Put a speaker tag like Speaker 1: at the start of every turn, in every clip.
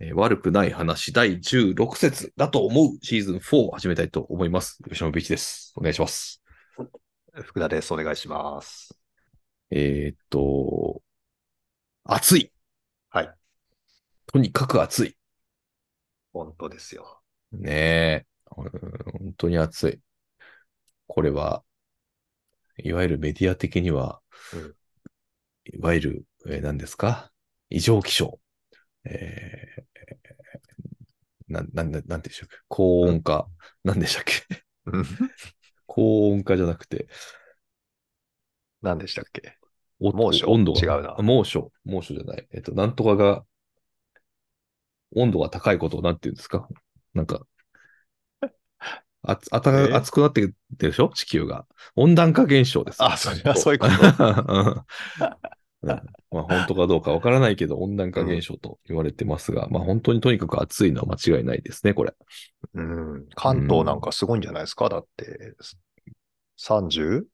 Speaker 1: えー悪くない話第16節だと思うシーズン4を始めたいと思います。吉野美一です。お願いします。
Speaker 2: 福田です。お願いします。
Speaker 1: えーっと、暑い。
Speaker 2: はい。
Speaker 1: とにかく暑い。
Speaker 2: 本当ですよ。
Speaker 1: ねえ。うん本当に暑い。これは、いわゆるメディア的には、
Speaker 2: うん
Speaker 1: いわゆる、えー何ですか異常気象。えー、なん、なん、なんなんて言うんでしょうか高温化。なんでしたっけ高温化じゃなくて、
Speaker 2: 何でしたっけ
Speaker 1: お
Speaker 2: 猛暑
Speaker 1: 温度が
Speaker 2: 違うな
Speaker 1: 猛暑、猛暑じゃない。えっと、なんとかが、温度が高いことをなんて言うんですかなんか、あつあた
Speaker 2: え
Speaker 1: 暑くなってきてるでしょ地球が。温暖化現象です。
Speaker 2: あそれはそういうこと
Speaker 1: うんうんまあ本当かどうかわからないけど、温暖化現象と言われてますが、まあ本当にとにかく暑いのは間違いないですね、これ。
Speaker 2: うん。関東なんかすごいんじゃないですかだって、35、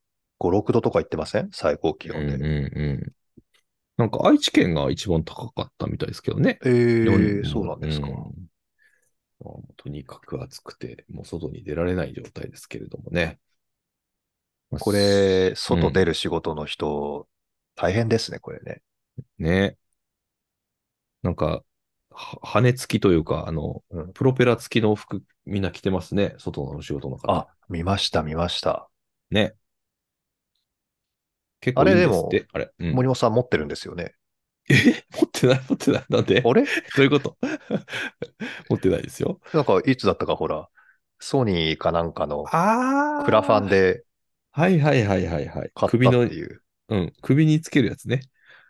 Speaker 2: 6度とか言ってません最高気温で。
Speaker 1: うんうんなんか愛知県が一番高かったみたいですけどね。
Speaker 2: え
Speaker 1: 四
Speaker 2: ー、そうなんですか。
Speaker 1: うまあとにかく暑くて、もう外に出られない状態ですけれどもね。まあ
Speaker 2: こ、れ、外出る仕事の人、大変ですね、これね。
Speaker 1: ね。なんか、は羽付きというか、あの、
Speaker 2: うん
Speaker 1: プロペラ付きの服、みんな着てますね。外のお仕事の方。
Speaker 2: あ、見ました、見ました。
Speaker 1: ね。結構いいんですって。あれ、うん
Speaker 2: 森本さん持ってるんですよね。
Speaker 1: え持ってない、持ってない。なんでど
Speaker 2: あれ
Speaker 1: ういうこと 持ってないですよ。
Speaker 2: なんか、いつだったか、ほら、ソニーかなんかの
Speaker 1: あ
Speaker 2: クラファン。で
Speaker 1: はいはいはいはいはい。
Speaker 2: 買ったって
Speaker 1: 首の、
Speaker 2: いう。
Speaker 1: うん、首につけるやつね。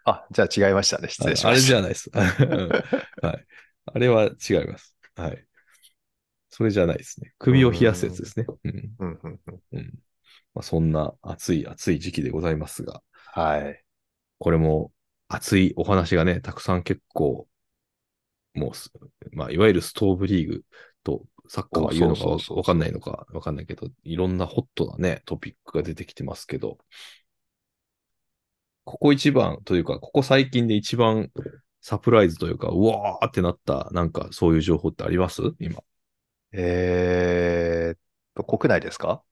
Speaker 2: あ、じゃあ違いましたね。失礼し
Speaker 1: あ
Speaker 2: ま
Speaker 1: あれ
Speaker 2: し
Speaker 1: じ
Speaker 2: た。
Speaker 1: ゃない です。うんはい。あれは違います。はい。それじゃないですね。首を冷やすやつですね。うん。
Speaker 2: うんうんうん
Speaker 1: うん。まあ、そんな暑い暑い時期でございますが、
Speaker 2: はい。
Speaker 1: これも暑いお話がね、たくさん結構、もうす、まあ、いわゆるストーブリーグとサッカーは言うのか
Speaker 2: そ
Speaker 1: わ
Speaker 2: うそうそうそう
Speaker 1: わかんないのかわかんないけど、いろんなホットなね、トピックが出てきてますけど、ここ一番というか、ここ最近で一番サプライズというか、うわーってなった、なんかそういう情報ってあります今。
Speaker 2: えーっと、国内ですか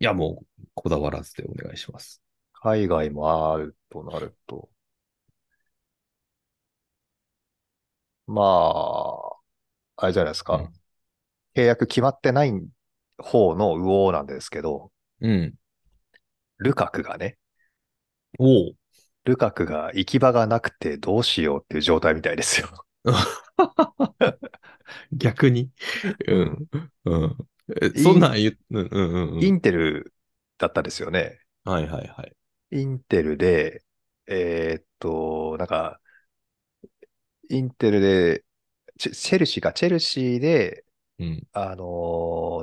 Speaker 1: いや、もう、こだわらずでお願いします。
Speaker 2: 海外もあるとなると。まあ、あれじゃないですか。
Speaker 1: うん
Speaker 2: 契約決まってない方の右往なんですけど、
Speaker 1: うん。
Speaker 2: ルカクがね、
Speaker 1: おお。
Speaker 2: ルカクが行き場がなくてどうしようっていう状態みたいですよ。
Speaker 1: 逆に。 うん。うん。えそんなん言う、うんうんうんうん。
Speaker 2: インテルだったですよね。
Speaker 1: はいはいはい。
Speaker 2: インテルで、えーっと、なんか、インテルで、チェチェルシーか、チェルシーで、
Speaker 1: うん。
Speaker 2: あの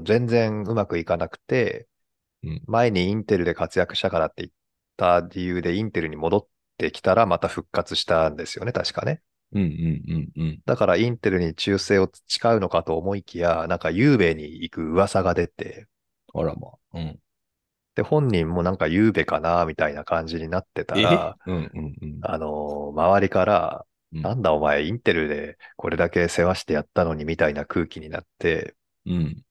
Speaker 2: ー全然うまくいかなくて、
Speaker 1: うん
Speaker 2: 前にインテルで活躍したからって言った理由でインテルに戻ってきたらまた復活したんですよね、確かね。
Speaker 1: うんうんうんうん。
Speaker 2: だからインテルに忠誠を誓うのかと思いきや、なんかゆうべに行く噂が出て、
Speaker 1: あらまあ。うん。
Speaker 2: で、本人もなんかゆうべかな、みたいな感じになってたら、
Speaker 1: うんうんうん。
Speaker 2: あのー周りから、
Speaker 1: うん
Speaker 2: なんだお前、インテルでこれだけ世話してやったのにみたいな空気になって、
Speaker 1: うん。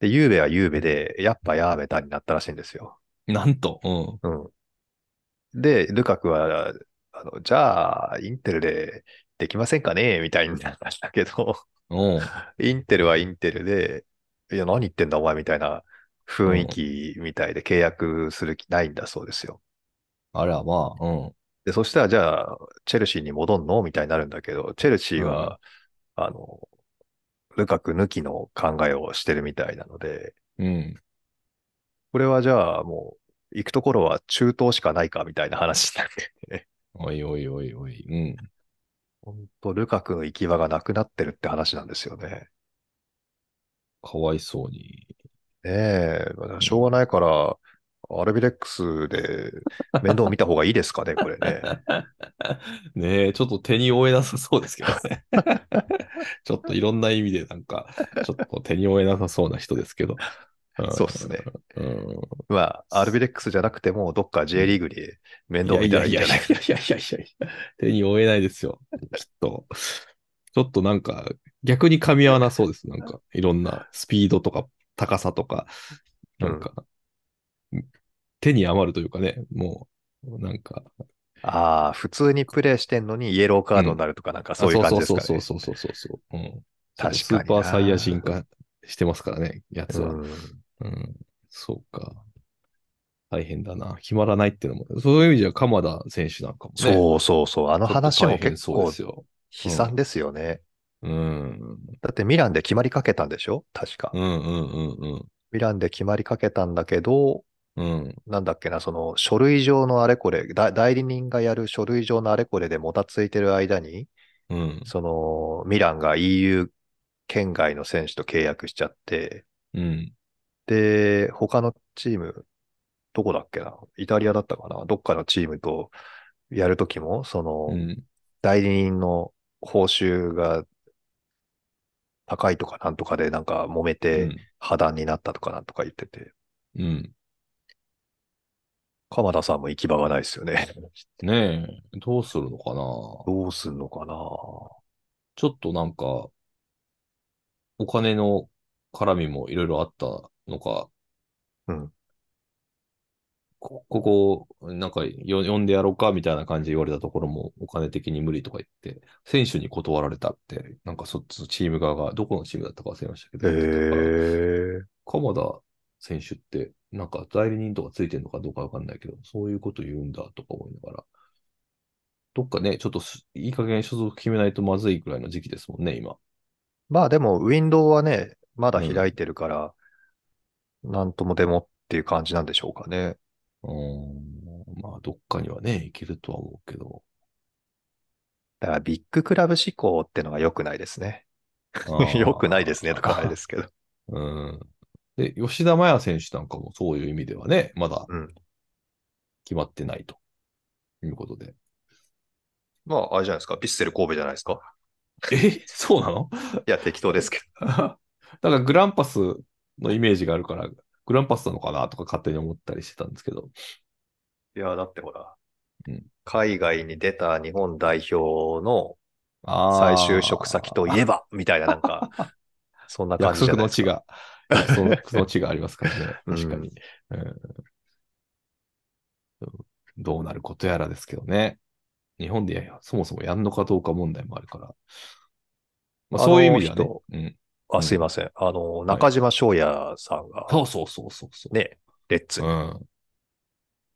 Speaker 2: で、ゆうべはゆうべで、やっぱやめたになったらしいんですよ。
Speaker 1: なんと。うん。
Speaker 2: うん。で、ルカクは、あの、じゃあ、インテルでできませんかねみたいになったんだけど、
Speaker 1: おう
Speaker 2: インテルはインテルで、いや、何言ってんだお前みたいな雰囲気みたいで契約する気ないんだそうですよ。
Speaker 1: あらまあ。うん。
Speaker 2: で、そしたら、じゃあ、チェルシーに戻んのみたいになるんだけど、チェルシーは、あの、ルカク抜きの考えをしてるみたいなので、
Speaker 1: うん。
Speaker 2: これはじゃあ、もう、行くところは中東しかないかみたいな話になって、
Speaker 1: おいおいおいおい。うん。
Speaker 2: 本当ルカクの行き場がなくなってるって話なんですよね。
Speaker 1: かわいそうに。
Speaker 2: ねえ、まあしょうがないから、アルビレックスで面倒見た方がいいです かね、これね。
Speaker 1: ねえ、ちょっと手に負えなさそうですけど ね。ちょっといろんな意味でなんか、ちょっと手に負えなさそうな人ですけど。ん
Speaker 2: そうっすね。
Speaker 1: うん。
Speaker 2: まあ、アルビレックスじゃなくても、どっか J リーグで面倒見たらいいんじゃ
Speaker 1: や
Speaker 2: ない
Speaker 1: いやいやいやいやいやいや手に負えないですよ。きっと。ちょっとなんか、逆に噛み合わなそうです。なんか、いろんなスピードとか高さとか、なんか、手に余るというかね、もう、なんか、
Speaker 2: ああ、普通にプレイしてんのにイエローカードになるとか、なんかそういう感じですかね。
Speaker 1: そうそうそうそうそうそう。うん、
Speaker 2: 確かにな
Speaker 1: スーパーサイヤ人化してますからね、やつは。
Speaker 2: うん
Speaker 1: うん、そうか。大変だな。決まらないっていうのも、そういう意味じゃ鎌田選手なんかもね。う。
Speaker 2: そうそうそう。あの話も
Speaker 1: 大変
Speaker 2: 結
Speaker 1: そうで
Speaker 2: 構
Speaker 1: すよ。
Speaker 2: 悲惨ですよね。
Speaker 1: うん。
Speaker 2: だってミランで決まりかけたんでしょ確か。
Speaker 1: うんうんうん
Speaker 2: ミランで決まりかけたんだけど、
Speaker 1: うん。うん。
Speaker 2: なんだっけな、その書類上のあれこれ、だ代理人がやる書類上のあれこれでもたついてる間に、
Speaker 1: うん。
Speaker 2: そのミランが EU 圏外の選手と契約しちゃって、
Speaker 1: うん。
Speaker 2: で、他のチーム、どこだっけな、イタリアだったかな、どっかのチームとやるときも、その、
Speaker 1: うん。
Speaker 2: 代理人の報酬が高いとかなんとかでなんか揉めて破談になったとかなんとか言ってて、
Speaker 1: うん。
Speaker 2: 鎌田さんも行き場がないですよね。
Speaker 1: ねえ、どうするのかな。ちょ
Speaker 2: どうすんのかな
Speaker 1: っとなんか、お金の絡みもいろいろあったのか、
Speaker 2: うん。
Speaker 1: こここ、なんかよ呼んでやろうかみたいな感じで言われたところも、お金的に無理とか言って、選手に断られたって、なんかそっちチーム側が、どこのチームだったか忘れましたけ
Speaker 2: へ
Speaker 1: ど、
Speaker 2: え。
Speaker 1: 鎌田選手って、なんか代理人とかついてるのかどうかわかんないけど、そういうこと言うんだとか思いながら、どっかね、ちょっとすいい加減所属決めないとまずいくらいの時期ですもんね、今。
Speaker 2: まあでも、ウィンドウはね、まだ開いてるから、なんともでもっていう感じなんでしょうかね。
Speaker 1: うーん、まあ、どっかにはね、いけるとは思うけ ど。。
Speaker 2: だからビッグクラブ志向ってのが良くないですね。 良くないですねとかあれですすけど。
Speaker 1: うん。で、吉田麻也選手なんかもそういう意味ではね、まだ
Speaker 2: うん
Speaker 1: 決まってないということ で。
Speaker 2: まあ、あれじゃないですか。ピッセル神戸じゃないですか。
Speaker 1: え、そうなの
Speaker 2: いや、適当ですけ ど。
Speaker 1: だからグランパスのイメージがあるから、グランパスなのかなとか勝手に思ったりしてたんですけど。
Speaker 2: いや、だってほら、
Speaker 1: うん
Speaker 2: 海外に出た日本代表の
Speaker 1: あ
Speaker 2: 再
Speaker 1: ー
Speaker 2: 就職先といえ ば、みたいな、なんか、そんな感
Speaker 1: 約
Speaker 2: じじゃ
Speaker 1: 束
Speaker 2: な
Speaker 1: の
Speaker 2: いです
Speaker 1: 地が、
Speaker 2: か。
Speaker 1: 約束の地がありますからね。
Speaker 2: うん
Speaker 1: 確かに、うんどうなることやらですけどね。日本でやそもそもやんのかどうか問題もあるから。まあ、そういう意味ではね
Speaker 2: あの。
Speaker 1: うん、
Speaker 2: あ、すいません。あの、中島翔也さんが、
Speaker 1: そうそうそうそうそう。
Speaker 2: ね、レッツに。
Speaker 1: うん。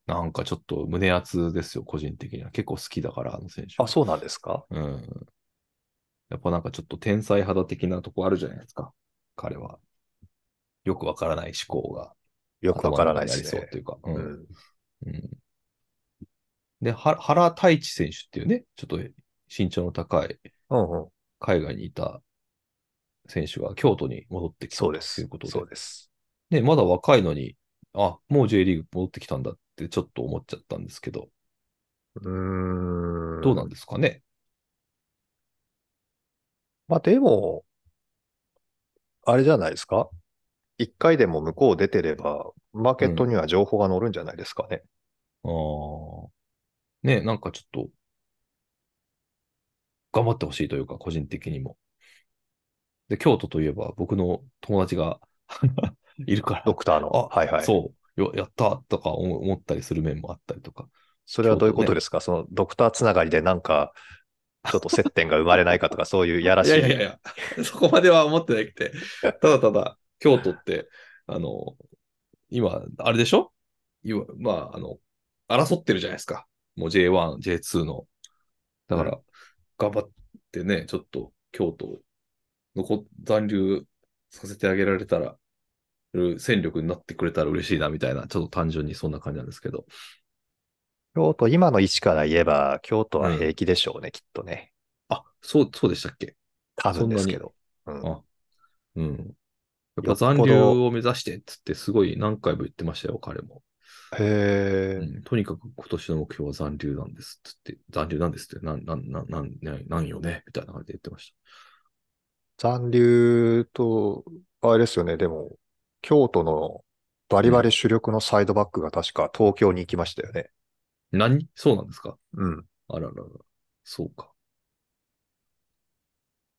Speaker 1: なんかちょっと胸熱ですよ、個人的には。結構好きだから、あの選手。
Speaker 2: あ、そうなんですか
Speaker 1: うん。やっぱなんかちょっと天才肌的なとこあるじゃないですか。彼は。よくわからない思考が。
Speaker 2: よくわからないです
Speaker 1: 頭の中にありそう
Speaker 2: ね
Speaker 1: と。いうか。う
Speaker 2: うんん。
Speaker 1: うんで、は原太一選手っていうね、ちょっと身長の高い
Speaker 2: うんうん。
Speaker 1: 海外にいた選手が京都に戻ってきた
Speaker 2: そうで
Speaker 1: とい
Speaker 2: す
Speaker 1: うこ。とで
Speaker 2: そうです。
Speaker 1: ね、まだ若いのに、あ、もう J リーグ戻ってきたんだってちょっと思っちゃったんですけど、
Speaker 2: うーん。
Speaker 1: どうなんですかね。
Speaker 2: まあでも、あれじゃないですか一回でも向こう出てれば、マーケットには情報が載るんじゃないですかね。
Speaker 1: ああ。ね、なんかちょっと、頑張ってほしいというか、個人的にも。で、京都といえば、僕の友達が いるから、
Speaker 2: ドクターの。
Speaker 1: あ
Speaker 2: はいはい。
Speaker 1: そう、よやったとか思思ったりする面もあったりとか。
Speaker 2: それはどういうことですか、そのドクターつながりでなんか、ちょっと接点が生まれないかとか、そういうやらしい。
Speaker 1: や、 そこまでは思ってなくて、ただただ、京都って、あの、今、あれでしょ今まあ、あの、争ってるじゃないですか。もう J1、J2 の。だから、頑張ってね、ちょっと京都を残、残留させてあげられたら、戦力になってくれたら嬉しいな、みたいな、ちょっと単純にそんな感じなんですけど。
Speaker 2: 京都、今の位置から言えば、京都は平気でしょうね、きっとね。
Speaker 1: あ、そう、そうでしたっけ
Speaker 2: 多分ですけど。うん
Speaker 1: あうん。やっ
Speaker 2: よ
Speaker 1: ぱ
Speaker 2: っぽど
Speaker 1: 残留を目指してっつってすごい何回も言ってましたよ、彼も。
Speaker 2: へ
Speaker 1: う
Speaker 2: え。
Speaker 1: んとにかく今年の目標は残留なんですっつって、残留なんですって、なん、なん、なん、なん、なんなんよね、みたいな感じで言ってまし
Speaker 2: 残留と、あれですよね、でも、京都のバリバリ主力のサイドバックが確か東京に行きましたよね。
Speaker 1: た。何そうなんですか
Speaker 2: うん。
Speaker 1: あららら。そうか。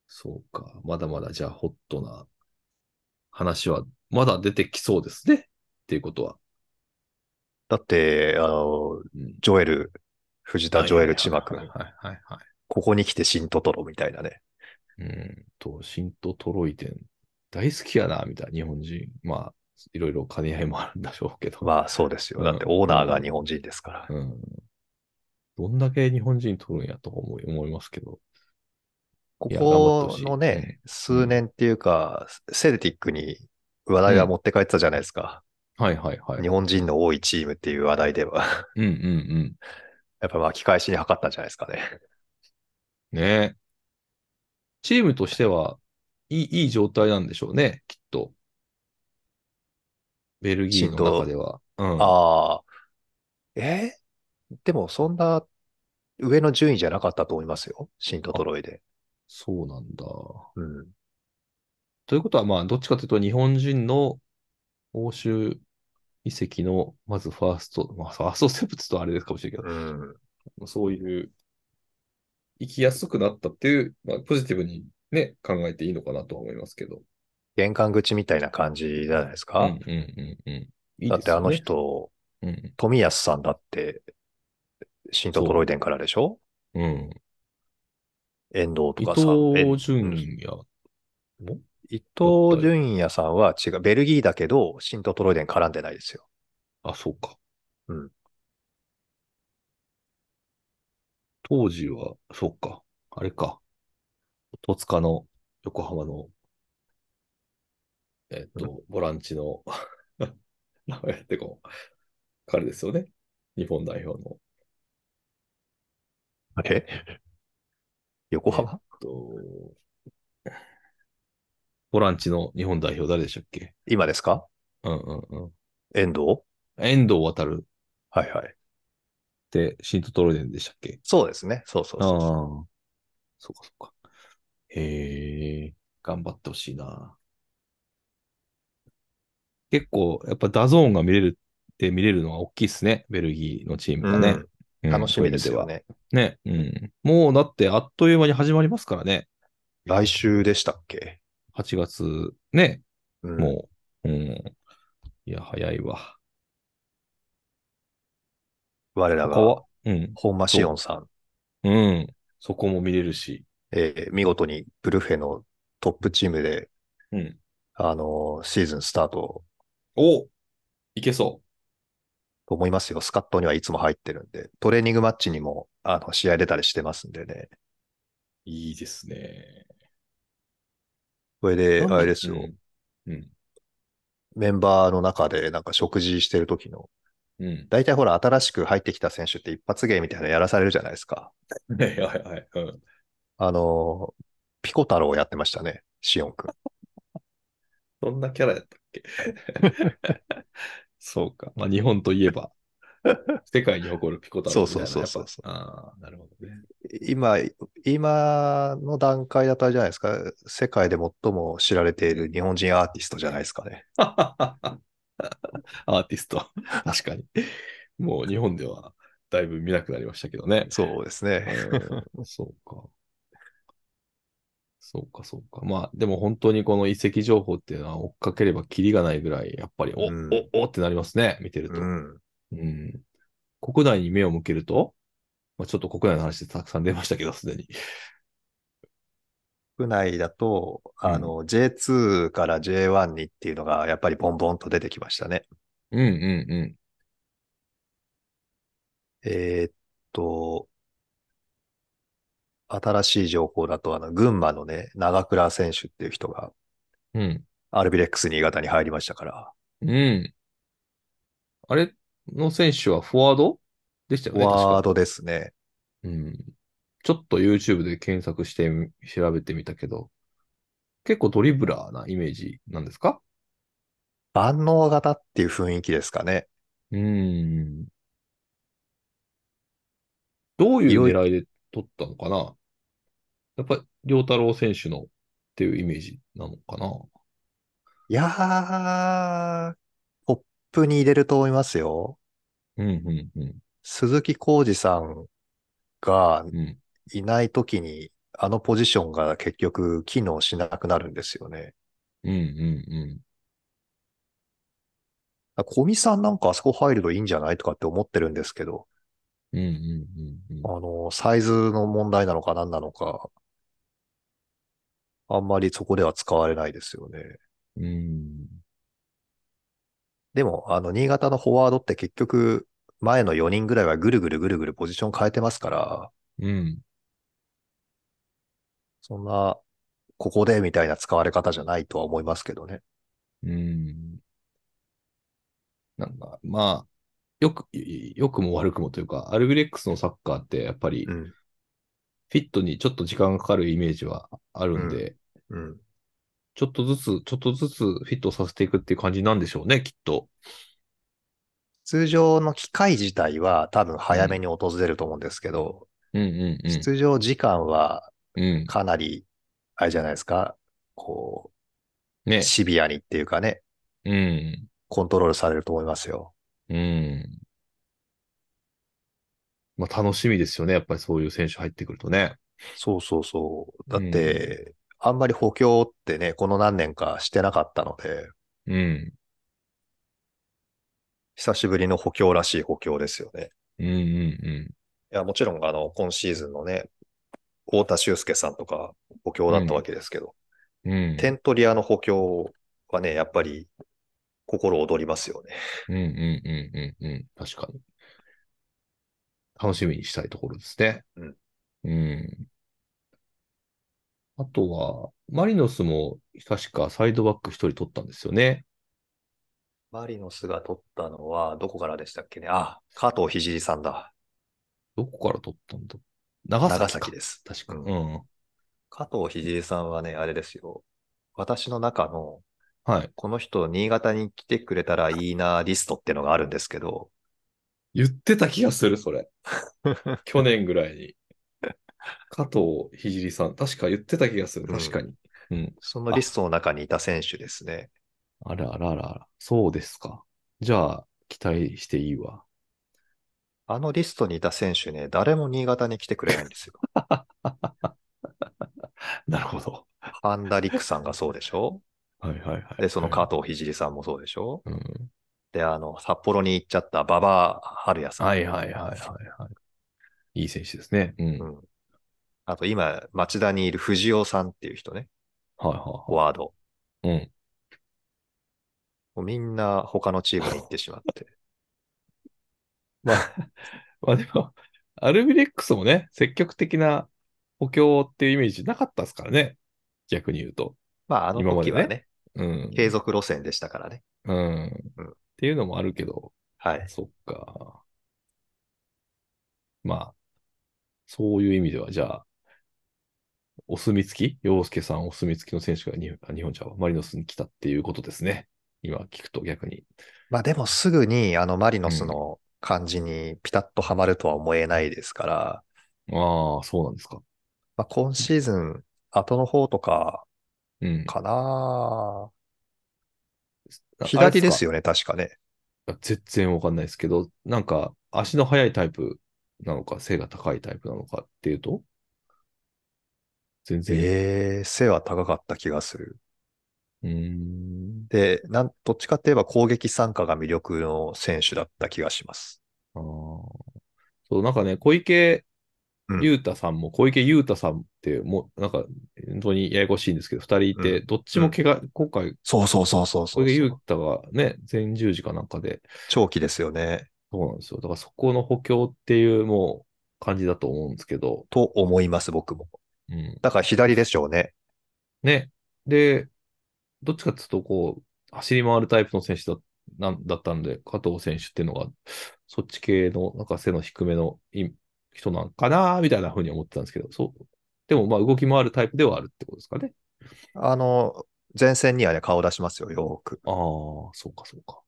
Speaker 1: そうか。まだまだじゃあホットな話はまだ出てきそうですね。っていうことは。
Speaker 2: だって、あの、
Speaker 1: うん、
Speaker 2: ジョエル、藤田ジョエル千葉
Speaker 1: はい
Speaker 2: 君、
Speaker 1: はいはいはい。
Speaker 2: ここに来て新トトロみたいなね。
Speaker 1: うんと、シントトロイテン、大好きやな、みたいな、日本人。まあ、いろいろ兼ね合いもあるんだろうけど。
Speaker 2: まあそうですよ。だってオーナーが日本人ですから。
Speaker 1: うん。どんだけ日本人取るんやとか思い思いますけど。
Speaker 2: こ
Speaker 1: いや頑張って
Speaker 2: こ
Speaker 1: ほしい
Speaker 2: のね、数年っていうか、セルティックに話題が持って帰ってたじゃないですか。
Speaker 1: はいはいはい。
Speaker 2: 日本人の多いチームっていう話題では。
Speaker 1: うんうんうん。
Speaker 2: やっぱ巻き返しに測ったんじゃないですかね。
Speaker 1: ねえチームとしては、いい、いい状態なんでしょうね、きっと。ベルギーの中では。うん。
Speaker 2: ああ。えーでもそんな上の順位じゃなかったと思いますよ。シントトロイで。
Speaker 1: そうなんだ。
Speaker 2: うん。
Speaker 1: ということは、まあ、どっちかというと、日本人の欧州移籍の、まずファースト、まあ、ファーストステップって言うとあれですかもしれないけ
Speaker 2: うん。
Speaker 1: ど、そういう、生きやすくなったっていう、まあ、ポジティブにね、考えていいのかなとは思いますけど。
Speaker 2: 玄関口みたいな感じじゃないです
Speaker 1: うん
Speaker 2: か。
Speaker 1: うんうんうん。いいですよね
Speaker 2: だってあの。人、
Speaker 1: うん。
Speaker 2: 富安さんだって、シントトロイデンからでしょ
Speaker 1: うん。
Speaker 2: 遠藤と
Speaker 1: 伊
Speaker 2: かさ。え
Speaker 1: 藤純也も
Speaker 2: 伊藤純也さんは違う、ベルギーだけど、シントトロイデン絡んでないですよ。
Speaker 1: あ、そうか。
Speaker 2: うん。
Speaker 1: 当時は、そうか。あれか。戸塚の横浜の、えっ、と、ボランチの、 名前やってこう。彼ですよね。日本代表の。
Speaker 2: え横浜
Speaker 1: えっと、ボランチの日本代表誰でしたっけ
Speaker 2: 今ですか
Speaker 1: うんうんうん。
Speaker 2: 遠藤
Speaker 1: 遠藤航っ
Speaker 2: はいはい。
Speaker 1: て、シントトロイデンでしたっけ
Speaker 2: そうですね。そうそうそうそう。
Speaker 1: ああ。そうか、そうか。へえ、頑張ってほしいな。結構、やっぱダゾーンが見れるって見れるのは大きいですね。ベルギーのチームがね。
Speaker 2: うん楽しみですよ
Speaker 1: ね。
Speaker 2: ね。
Speaker 1: ね。うん。もうだってあっという間に始まりますからね。
Speaker 2: 来週でしたっけ、
Speaker 1: 8月、ね。
Speaker 2: うん
Speaker 1: もう。うん。いや、早いわ。
Speaker 2: 我ら
Speaker 1: 他は
Speaker 2: が、
Speaker 1: うん。
Speaker 2: 本間紫音さん、
Speaker 1: うん。そこも見れるし。
Speaker 2: えー見事にブルフェのトップチームで、
Speaker 1: うん。
Speaker 2: あのーシーズンスタート
Speaker 1: おいけそ
Speaker 2: と思いますよ。スカットにはいつも入ってるんで、トレーニングマッチにも、あの、試合出たりしてますんでね。
Speaker 1: う。いいですね。
Speaker 2: これで、あれですよ、
Speaker 1: うん。うん。
Speaker 2: メンバーの中でなんか食事してる時の、
Speaker 1: うん。
Speaker 2: 大体ほら、新しく入ってきた選手って一発芸みたいなのやらされるじゃないですか。
Speaker 1: はいはいはい。うん、
Speaker 2: あのーピコ太郎やってましたね、シオン君。
Speaker 1: そんなキャラやったっけ そうか。まあ、日本といえば、世界に誇るピコ太郎みたいな。
Speaker 2: そうそうそうそう
Speaker 1: やっぱああ、なるほどね。
Speaker 2: 今、今の段階だったらじゃないですか。世界で最も知られている日本人アーティストじゃないですかね。
Speaker 1: アーティスト。確かに。もう日本ではだいぶ見なくなりましたけどね。
Speaker 2: そうですね。
Speaker 1: うん そうか。そうか、そうか。まあ、でも本当にこの遺跡情報っていうのは追っかければキリがないぐらい、やっぱり、お、
Speaker 2: うん
Speaker 1: お、おってなりますね。見てると。
Speaker 2: うん。
Speaker 1: うん。国内に目を向けると、まあ、ちょっと国内の話でたくさん出ましたけど、すでに。
Speaker 2: 国内だと、
Speaker 1: うん
Speaker 2: あの、J2 から J1 にっていうのが、やっぱりボンボンと出てきましたね。
Speaker 1: うんうんうん。
Speaker 2: えーっと、新しい情報だと、あの、群馬のね、長倉選手っていう人が、
Speaker 1: うん。
Speaker 2: アルビレックス新潟に入りましたから、
Speaker 1: うん。あれの選手はフォワードでしたよ
Speaker 2: フ
Speaker 1: ね。
Speaker 2: ォワー
Speaker 1: 確か。
Speaker 2: ドですね。
Speaker 1: うん。ちょっと YouTube で検索して調べてみたけど、結構ドリブラーなイメージなんですか
Speaker 2: 万能型っていう雰囲気ですかね。
Speaker 1: うん。どういう狙いで取ったのかなやっぱり、良太郎選手のっていうイメージなのかない
Speaker 2: やー、ポップに入れると思いますよ。
Speaker 1: うんうんうん
Speaker 2: 鈴木浩二さんが
Speaker 1: うん
Speaker 2: いないときにあのポジションが結局機能しなくなるんですよね。
Speaker 1: うんうんうん。
Speaker 2: 小見さんなんかあそこ入るといいんじゃないとかって思ってるんですけど、
Speaker 1: うんうんうん
Speaker 2: あの、サイズの問題なのか何なのか、あんまりそこでは使われないですよね。
Speaker 1: うん。うん。
Speaker 2: でも、あの、新潟のフォワードって結局、前の4人ぐらいはぐるぐるぐるぐるポジション変えてますから、
Speaker 1: うん。
Speaker 2: そんな、ここでみたいな使われ方じゃないとは思いますけどね。
Speaker 1: うん。なんか、まあ、よく、よくも悪くもというか、アルビレックスのサッカーってやっぱり
Speaker 2: う
Speaker 1: フ
Speaker 2: ん。
Speaker 1: ィットにちょっと時間がかかるイメージはあるんで、
Speaker 2: うん。
Speaker 1: ちょっとずつ、ちょっとずつフィットさせていくっていう感じなんでしょうね、きっと。
Speaker 2: 通常の機械自体は多分早めに訪れると思うんですけど、
Speaker 1: うんうんうん。
Speaker 2: 出場時間は
Speaker 1: うん。
Speaker 2: かなり、あれじゃないですか、こ
Speaker 1: ね
Speaker 2: う、。シビアにっていうかね、
Speaker 1: うん。
Speaker 2: コントロールされると思いますよ。
Speaker 1: うん。まあ楽しみですよね、やっぱりそういう選手入ってくるとね。
Speaker 2: そうそうそう。だって、あんまり補強ってね、この何年かしてなかったので、
Speaker 1: うん。
Speaker 2: 久しぶりの補強らしい補強ですよね。
Speaker 1: うんうんう
Speaker 2: いや、もちろん、あの、今シーズンのね、太田修介さんとか補強だったわけですけど、
Speaker 1: ん。うん。
Speaker 2: テントリアの補強はね、やっぱり心躍りますよね。
Speaker 1: うんうんうんうんうん。確かに。楽しみにしたいところですね。
Speaker 2: うん。
Speaker 1: うん。あとは、マリノスも確かサイドバック一人取ったんですよね。
Speaker 2: マリノスが取ったのは、どこからでしたっけねあ、加藤ひじりさんだ。
Speaker 1: どこから取ったんだ長崎か
Speaker 2: 長崎です。
Speaker 1: 確か。
Speaker 2: う
Speaker 1: うん。
Speaker 2: 加藤ひじりさんはね、あれですよ。私の中の、
Speaker 1: はい。
Speaker 2: この人、新潟に来てくれたらいいなリストってのがあるんですけど、
Speaker 1: 言ってた気がする、そ れ。去年ぐらいに。加藤ひじりさん。確か言ってた気がする。
Speaker 2: うん
Speaker 1: 確かに。うん。
Speaker 2: そのリストの中にいた選手ですね。
Speaker 1: あらあらあらあら。そうですか。じゃあ、期待していいわ。
Speaker 2: あのリストにいた選手ね、誰も新潟に来てくれない んですよ。
Speaker 1: なるほど。
Speaker 2: ハンダリックさんがそうでしょ
Speaker 1: はいはいはい。
Speaker 2: で、その加藤ひじりさんもそうでしょ
Speaker 1: うん。
Speaker 2: で、あの、札幌に行っちゃった馬場春也さん。
Speaker 1: はいはいはいはいはい。いい選手ですね。うん。
Speaker 2: う
Speaker 1: はい
Speaker 2: ん。あと、今、町田にいる藤尾さんっていう人ね、フォ
Speaker 1: は
Speaker 2: ワード。
Speaker 1: いはい。うん。
Speaker 2: もうみんな他のチームに行ってしま って。
Speaker 1: まあでも、アルビレックスもね、積極的な補強っていうイメージなかったですからね。逆に言うと。
Speaker 2: まあ、あの
Speaker 1: 今ま
Speaker 2: 時
Speaker 1: でね
Speaker 2: はね、
Speaker 1: うん。
Speaker 2: 継続路線でしたからね。
Speaker 1: うん。
Speaker 2: うん
Speaker 1: っていうのもあるけど、
Speaker 2: はい。
Speaker 1: そっか。まあ、そういう意味では、じゃあ、お墨付き洋介さんお墨付きの選手が日本あ日本じゃマリノスに来たっていうことですね。今聞くと逆に。
Speaker 2: まあ、でもすぐに、あの、マリノスの感じにピタッとはまるとは思えないですから、
Speaker 1: ああ、そうなんですか。
Speaker 2: まあ、今シーズン、後の方とか、
Speaker 1: うん。
Speaker 2: かな
Speaker 1: あ
Speaker 2: 左です
Speaker 1: よ。
Speaker 2: よね、確かね。
Speaker 1: あ全然わかんないですけど、なんか足の速いタイプなのか、背が高いタイプなのかっていうと、全然。
Speaker 2: ええ背は高かった気がする。
Speaker 1: うーん。
Speaker 2: で、なん、どっちかって言えば攻撃参加が魅力の選手だった気がします。
Speaker 1: ああ。そう、なんかね、小池
Speaker 2: うん
Speaker 1: 優太さんも、小池優太さんって、もう、なんか、本当にややこしいんですけど、二人いて、
Speaker 2: う
Speaker 1: どっちも怪我、今回、
Speaker 2: そうそうそうそうそ
Speaker 1: 小
Speaker 2: う
Speaker 1: 池優太がね、前十字かなんかで、
Speaker 2: 長期ですよね。
Speaker 1: そうなんですよ。だからそこの補強っていう、もう、感じだと思うんですけど、
Speaker 2: と思います、僕も。
Speaker 1: うん。
Speaker 2: だから左でしょうね。
Speaker 1: ね。で、どっちかっていうと、こう、走り回るタイプの選手だなんだったんで、加藤選手っていうのが、そっち系の、なんか背の低めのい人なんかな、みたいな風に思ってたんですけど、そう。でも、まあ、動き回るタイプではあるってことですかね。
Speaker 2: あの、前線にはね、顔出しますよ、よーく。
Speaker 1: ああ、そうか、そうか。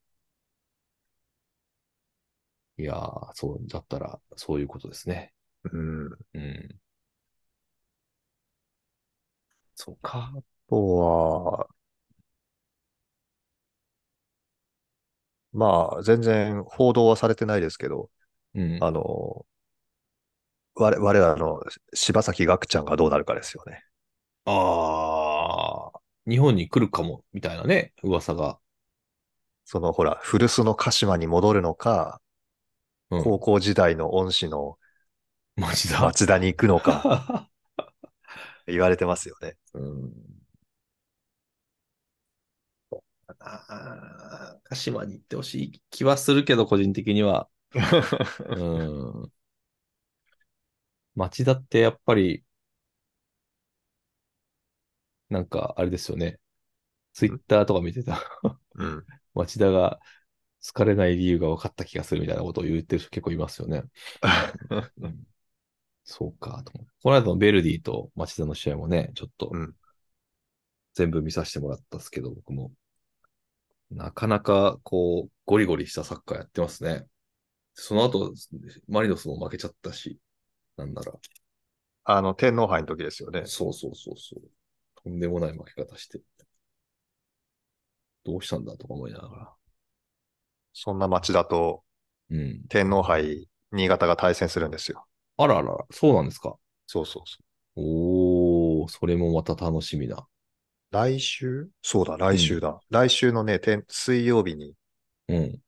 Speaker 1: いやー、そう、だったら、そういうことですね。
Speaker 2: うん。あ
Speaker 1: うん。そうか。
Speaker 2: とは、まあ、全然報道はされてないですけど、
Speaker 1: うん。
Speaker 2: あの、我我らの柴崎岳ちゃんがどうなるかですよね。
Speaker 1: ああ、日本に来るかも、みたいなね、噂が。
Speaker 2: そのほら、古巣の鹿島に戻るの
Speaker 1: う
Speaker 2: か、
Speaker 1: ん
Speaker 2: 高校時代の恩師の
Speaker 1: マジだ。
Speaker 2: 町田に行くのか言われてますよね。
Speaker 1: うん。そうだな鹿島に行ってほしい気はするけど、個人的には。 うん。町田ってやっぱり、なんかあれですよね。ツイッターとか見てた。
Speaker 2: うん。
Speaker 1: 町田が好かれない理由が分かった気がするみたいなことを言ってる人結構いますよね。うんそうかと思う。この間のベルディと町田の試合もね、ちょっと
Speaker 2: うん
Speaker 1: 全部見させてもらったんですけど、僕も。なかなかこう、ゴリゴリしたサッカーやってますね。その後、マリノスも負けちゃったし、なんなら。
Speaker 2: あの、天皇杯の時ですよね。
Speaker 1: そうそうそうそう。とんでもない負け方して。どうしたんだとか思いなが
Speaker 2: そんな町田と
Speaker 1: ら。うん。
Speaker 2: 天皇杯新潟が対戦するんですよ。
Speaker 1: あらあら、そうなんですか。
Speaker 2: そうそうそう。
Speaker 1: おー、それもまた楽しみだ。
Speaker 2: 来週そうだ、来週だ。来週のね、天水曜日に、
Speaker 1: うん。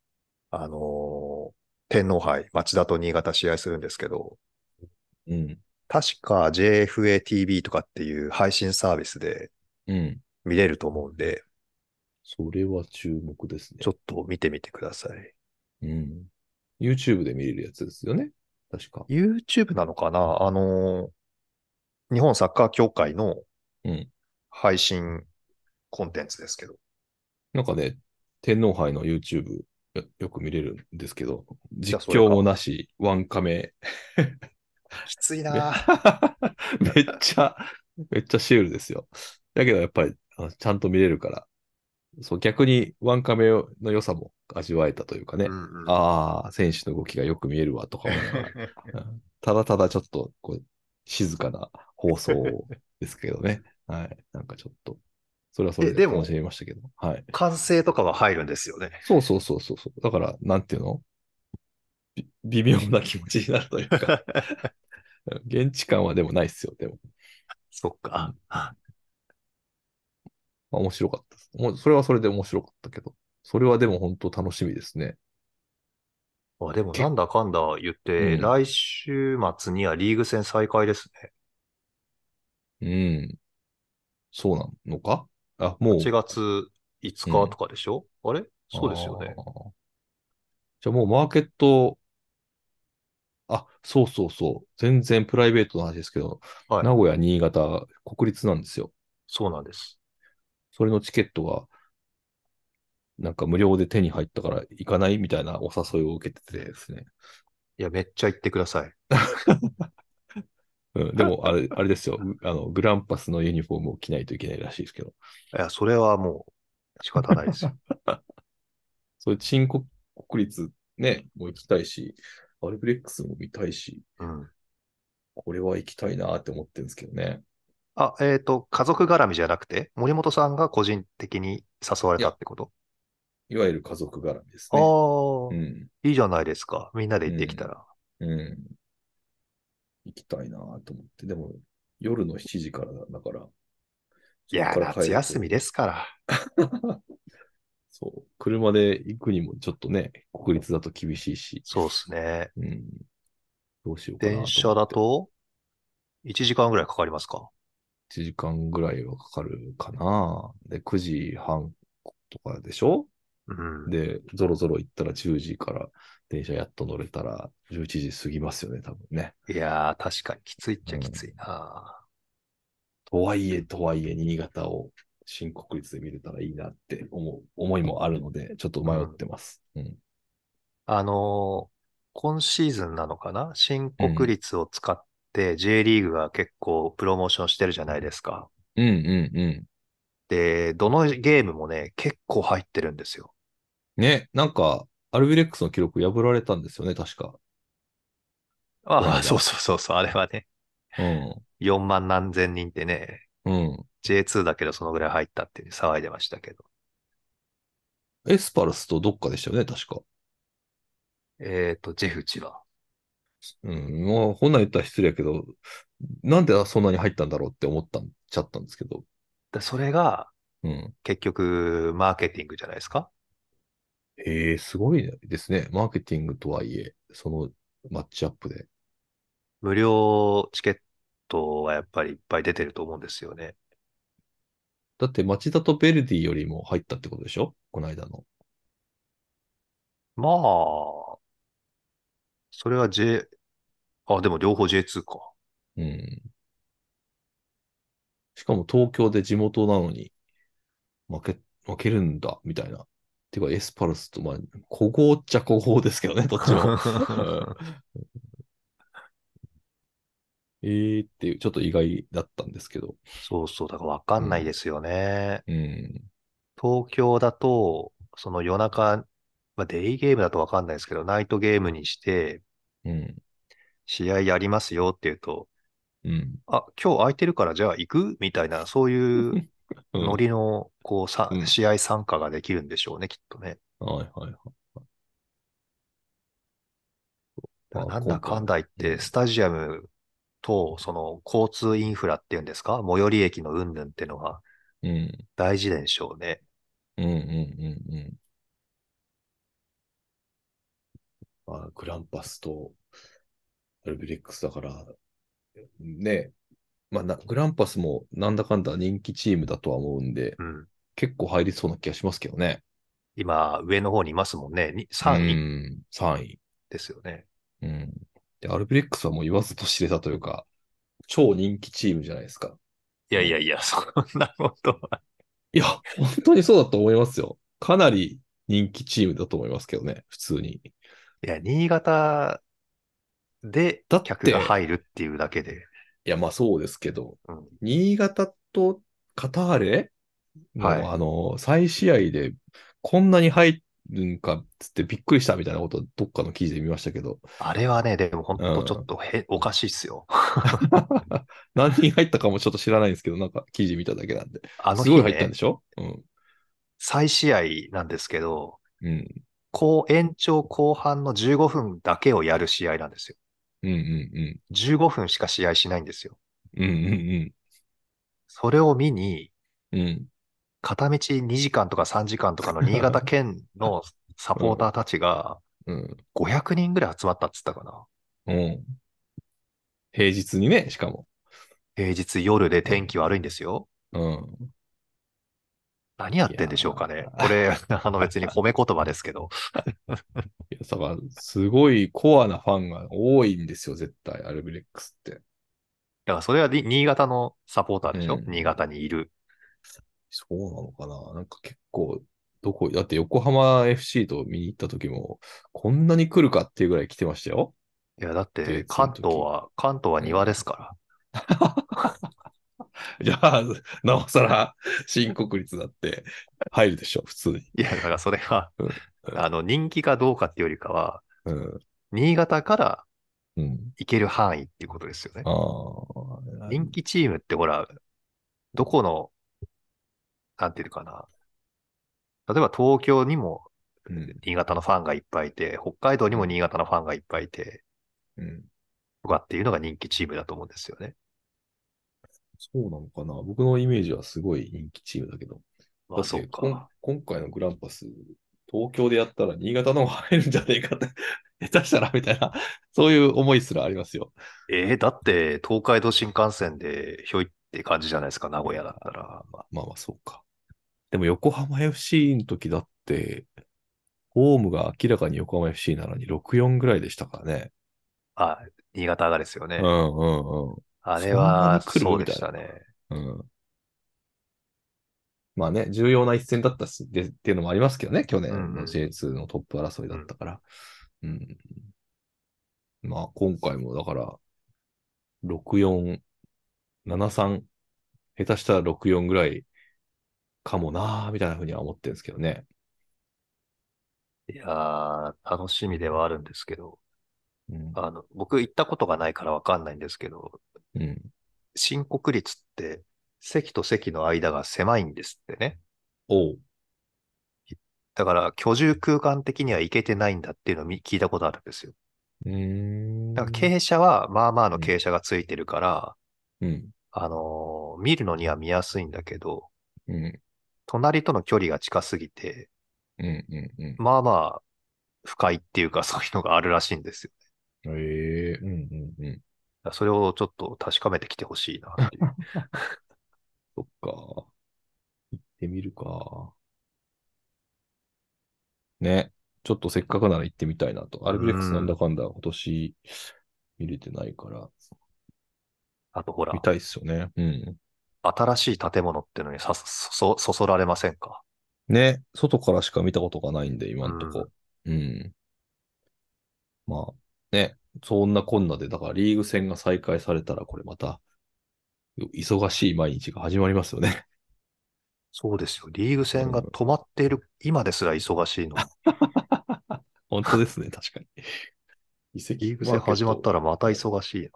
Speaker 2: あのー天皇杯、町田と新潟試合するんですけど、
Speaker 1: うん。
Speaker 2: 確か JFA TV とかっていう配信サービスで
Speaker 1: うん。
Speaker 2: 見れると思うんで、
Speaker 1: それは注目ですね。
Speaker 2: ちょっと見てみてください。
Speaker 1: うん。YouTube で見れるやつですよね。確か。
Speaker 2: YouTube なのかなあのー日本サッカー協会の
Speaker 1: うん
Speaker 2: 配信コンテンツですけど、
Speaker 1: なんかね、天皇杯の YouTube よよく見れるんですけど、
Speaker 2: じゃあ
Speaker 1: 実況もなし、ワンカメ。
Speaker 2: きつい
Speaker 1: め
Speaker 2: なぁ
Speaker 1: め っちゃ、めっちゃシュールですよ。だけどやっぱりあのちゃんと見れるから、そう逆にワンカメの良さも味わえたというかね。
Speaker 2: うんうん
Speaker 1: ああ、選手の動きがよく見えるわとか思いな がらうんただただちょっとこう静かな放送ですけどね。はい。なんかちょっと、それはそれ
Speaker 2: え
Speaker 1: で
Speaker 2: でも
Speaker 1: 楽しみましたけど。はい。
Speaker 2: 完成とかは入るんですよね。
Speaker 1: そうそうそうそうそう。だから、なんていうのび微妙な気持ちになるというか、 現地感はでもないっすよ。でも、
Speaker 2: そっか。
Speaker 1: まあ面白かったです。もうそれはそれで面白かったけど、それはでも本当楽しみですね。
Speaker 2: あでもなんだかんだ言って、
Speaker 1: うん
Speaker 2: 来週末にはリーグ戦再開ですね。
Speaker 1: うん。そうなのかあ、もう。
Speaker 2: 8月5日とかでしょ、あれそうですよね
Speaker 1: あ。ー。じゃあもうマーケット、あ、そうそうそう。全然プライベートの話ですけど、
Speaker 2: はい
Speaker 1: 名古屋、新潟、国立なんですよ。
Speaker 2: そうなんです。
Speaker 1: それのチケットが、なんか無料で手に入ったから行かないみたいなお誘いを受けててですね。
Speaker 2: いや、めっちゃ行ってください。
Speaker 1: うん、で も、あれ、あれですよ。あの、グランパスのユニフォームを着ないといけないらしいですけど。
Speaker 2: いや、それはもう仕方ないで すよ。
Speaker 1: そういう新国国立ね、もう行きたいし、アルブレックスも見たいし、
Speaker 2: うん。
Speaker 1: これは行きたいなって思ってるんですけどね。
Speaker 2: あ、えっ、と、家族絡みじゃなくて、森本さんが個人的に誘われたってこと
Speaker 1: いわゆる家族絡みです
Speaker 2: ああ
Speaker 1: ね。う
Speaker 2: ー、
Speaker 1: ん。
Speaker 2: いいじゃないですか。みんなで行ってきたら。
Speaker 1: うん。行きたいなと思って。でも、夜の7時からだから。
Speaker 2: いや
Speaker 1: そ
Speaker 2: ー、
Speaker 1: っから帰る
Speaker 2: 夏休みですから。
Speaker 1: そう。車で行くにもちょっとね、国立だと厳しいし。
Speaker 2: そうですね。
Speaker 1: うん。どうしようかなと思
Speaker 2: 電車だと1時間ぐらいかかりますか
Speaker 1: 1時間ぐらいはかかるかな。で、9時半とかでしょ
Speaker 2: うん。
Speaker 1: で、ぞろぞろ行ったら10時から電車やっと乗れたら11時過ぎますよね、多分ね。
Speaker 2: いやー、確かにきついっちゃきついな、
Speaker 1: とはいえ、とはいえ、新潟を新国立で見れたらいいなって思う思いもあるので、ちょっと迷ってます。うん。
Speaker 2: あのー今シーズンなのかな新国立を使って J リーグが結構プロモーションしてるじゃないですか。
Speaker 1: うんうんう
Speaker 2: で、どのゲームもね、結構入ってるんですよ。
Speaker 1: ん。ね、なんか、アルビレックスの記録破られたんですよね、確か。この
Speaker 2: ああ、
Speaker 1: 間
Speaker 2: そうそうそうそう、あれはね、
Speaker 1: うん。
Speaker 2: 4万何千人ってね、
Speaker 1: うん。
Speaker 2: J2 だけどそのぐらい入ったっていう騒いでましたけど。
Speaker 1: エスパルスとどっかでしたよね、確か。
Speaker 2: えっ、と、ジェフ千葉。
Speaker 1: うん、もう本来言ったら失礼やけど、なんでそんなに入ったんだろうって思ったんちゃったんですけど。
Speaker 2: でそれが
Speaker 1: うん。
Speaker 2: 結局マーケティングじゃないですか。
Speaker 1: ええすごいですね。マーケティングとはいえ、そのマッチアップで。
Speaker 2: 無料チケットはやっぱりいっぱい出てると思うんですよね。
Speaker 1: だって町田とベルディよりも入ったってことでしょこの間の。
Speaker 2: まあ、それは J、あ、でも両方 J2 か。
Speaker 1: うん。しかも東京で地元なのに負け、負けるんだ、みたいな。てかエスパルスと、まあ、古豪っちゃ古豪ですけど ね、どっちも。ええっていう、ちょっと意外だったんですけど。
Speaker 2: そうそう、だからわかんないですよね。
Speaker 1: うん。
Speaker 2: 東京だと、その夜中、まあ、デイゲームだとわかんないですけど、ナイトゲームにして、
Speaker 1: うん。
Speaker 2: 試合やりますよっていうと、
Speaker 1: うん。
Speaker 2: あ、今日空いてるからじゃあ行くみたいな、そういう
Speaker 1: うん
Speaker 2: ノリの、こう、さ
Speaker 1: うん
Speaker 2: 試合参加ができるんでしょうね、きっとね。
Speaker 1: はいはいはい。
Speaker 2: だから
Speaker 1: あ
Speaker 2: なんだかんだ言っ
Speaker 1: う
Speaker 2: て、
Speaker 1: ん
Speaker 2: スタジアムと、その、交通インフラっていうんですか最寄り駅の云々ってのは
Speaker 1: うん。
Speaker 2: 大事でしょうね。
Speaker 1: うんうんうんうん。まあ、グランパスとアルビレックスだから、ね、まあな、グランパスもなんだかんだ人気チームだとは思うんで、
Speaker 2: うん。
Speaker 1: 結構入りそうな気がしますけどね。
Speaker 2: 今、上の方にいますもんね。に
Speaker 1: う
Speaker 2: 3位
Speaker 1: ん。3位。
Speaker 2: ですよね。
Speaker 1: うん。で、アルビレックスはもう言わずと知れたというか、超人気チームじゃないですか。
Speaker 2: いやいやいや、そんなことは。
Speaker 1: いや、本当にそうだと思いますよ。かなり人気チームだと思いますけどね、普通に。
Speaker 2: いや、新潟で
Speaker 1: だって
Speaker 2: 客が入るっていうだけで。
Speaker 1: いや、まあそうですけど、
Speaker 2: うん
Speaker 1: 新潟とカターレの、
Speaker 2: はい
Speaker 1: あの、再試合でこんなに入るんかっつってびっくりしたみたいなことどっかの記事で見ましたけ ど、
Speaker 2: あれはね、でも本
Speaker 1: う
Speaker 2: 当
Speaker 1: ん
Speaker 2: ちょっとへ、おかしいっすよ。
Speaker 1: 何人入ったかもちょっと知らないんですけど、なんか記事見ただけなんで。
Speaker 2: あの
Speaker 1: す
Speaker 2: 日
Speaker 1: ごい入ったん
Speaker 2: ね
Speaker 1: で、しょうん。
Speaker 2: 再試合なんですけど、
Speaker 1: うん。
Speaker 2: こう延長後半の15分だけをやる試合なんですよ。
Speaker 1: うんうん
Speaker 2: 15分しか試合しないんですよ。
Speaker 1: うん。うんうん
Speaker 2: それを見に、
Speaker 1: うん。うん。
Speaker 2: 片道2時間とか3時間とかの新潟県 のサポーターたちが
Speaker 1: うん。
Speaker 2: 500人ぐらい集まったっつったかな。
Speaker 1: うん。平日にね、しかも。
Speaker 2: 平日夜で天気悪いんですよ。
Speaker 1: うん。
Speaker 2: 何やってんでしょうか
Speaker 1: い
Speaker 2: ね
Speaker 1: や。ー
Speaker 2: これ、 あの別に褒め言葉ですけど。
Speaker 1: いや、だから、すごいコアなファンが多いんですよ、絶対、アルビレックスって。
Speaker 2: だからそれはに新潟のサポーターでしょ、
Speaker 1: うん
Speaker 2: 新潟にいる。
Speaker 1: そうなのかななんか結構、どこ、だって横浜 FC と見に行った時も、こんなに来るかっていうぐらい来てましたよ。
Speaker 2: いや、だっ
Speaker 1: で
Speaker 2: て関
Speaker 1: その
Speaker 2: 東
Speaker 1: 時
Speaker 2: は、関東は庭ですから。
Speaker 1: じゃあ、なおさら、新国立だって入るでしょ、普通に。
Speaker 2: いや、だからそれが
Speaker 1: うん、
Speaker 2: あの、人気かどうかっていうよりかは、
Speaker 1: うん。
Speaker 2: 新潟から
Speaker 1: うん。
Speaker 2: 行ける範囲っていうことですよね。
Speaker 1: ああ。
Speaker 2: 人気チームってほら、どこの、なんていうかな。例えば東京にも
Speaker 1: うん。
Speaker 2: 新潟のファンがいっぱいいて、北海道にも新潟のファンがいっぱいいて、
Speaker 1: うん。
Speaker 2: とかっていうのが人気チームだと思うんですよね。
Speaker 1: そうなのかな僕のイメージはすごい人気チームだけど。
Speaker 2: まあ
Speaker 1: だっ
Speaker 2: そ
Speaker 1: て
Speaker 2: う
Speaker 1: こ
Speaker 2: か
Speaker 1: ん。今回のグランパス、東京でやったら新潟の方が入るんじゃねえかって、下手したらみたいな、そういう思いすらありますよ。
Speaker 2: えーだって東海道新幹線でひょいって感じじゃないですか、名古屋だったら。まあ
Speaker 1: まあまあ、そうか。でも横浜 FC の時だって、ホームが明らかに横浜 FC なのに6-4ぐらいでしたからね。
Speaker 2: あ、新潟がですよね。
Speaker 1: うんうんうん。
Speaker 2: あれは、
Speaker 1: そん
Speaker 2: そ
Speaker 1: な
Speaker 2: う
Speaker 1: に来るみ
Speaker 2: で
Speaker 1: たい
Speaker 2: し
Speaker 1: な
Speaker 2: たね。
Speaker 1: うんまあね、重要な一戦だったし、でっていうのもありますけどね、去年
Speaker 2: うんうん
Speaker 1: の J2 のトップ争いだったから。うん。まあ、今回もだから、6-4、7-3、下手したら6-4ぐらいかもなーみたいなふうには思ってるんですけどね。
Speaker 2: いやー、楽しみではあるんですけど、
Speaker 1: うん。
Speaker 2: あの、僕行ったことがないからわかんないんですけど、
Speaker 1: うん、
Speaker 2: 新国立って席と席の間が狭いんですってね。
Speaker 1: おう。
Speaker 2: だから居住空間的には行けてないんだっていうのをみ聞いたことあるんですよ。
Speaker 1: うーん。
Speaker 2: なんか傾斜は、まあまあの傾斜がついてるから、
Speaker 1: うん。
Speaker 2: あのー見るのには見やすいんだけど、
Speaker 1: うん。
Speaker 2: 隣との距離が近すぎて、
Speaker 1: うん。うん。うん。
Speaker 2: まあまあ、不快っていうか そういうのがあるらしいんですよ。
Speaker 1: ええうんうんうん。
Speaker 2: だからそれをちょっと確かめてきてほしいなっていう。
Speaker 1: そっか。行ってみるか。ね。ちょっとせっかくなら行ってみたいなと。アルビレックスなんだかんだ今年見れてないから、
Speaker 2: あとほら
Speaker 1: 見、たいっすよね。うん。
Speaker 2: 新しい建物ってのにさ、そ、そ、そそられませんか
Speaker 1: ね。外からしか見たことがないんで、今んとこ。うん。まあ、ね。そんなこんなで、だからリーグ戦が再開されたら、これまた、忙しい毎日が始まりますよね。
Speaker 2: そうですよ。リーグ戦が止まっている今ですら忙しい のに。
Speaker 1: 本当ですね、確かに。移籍
Speaker 2: リーグ戦始まった
Speaker 1: ら。
Speaker 2: らまた忙しいな。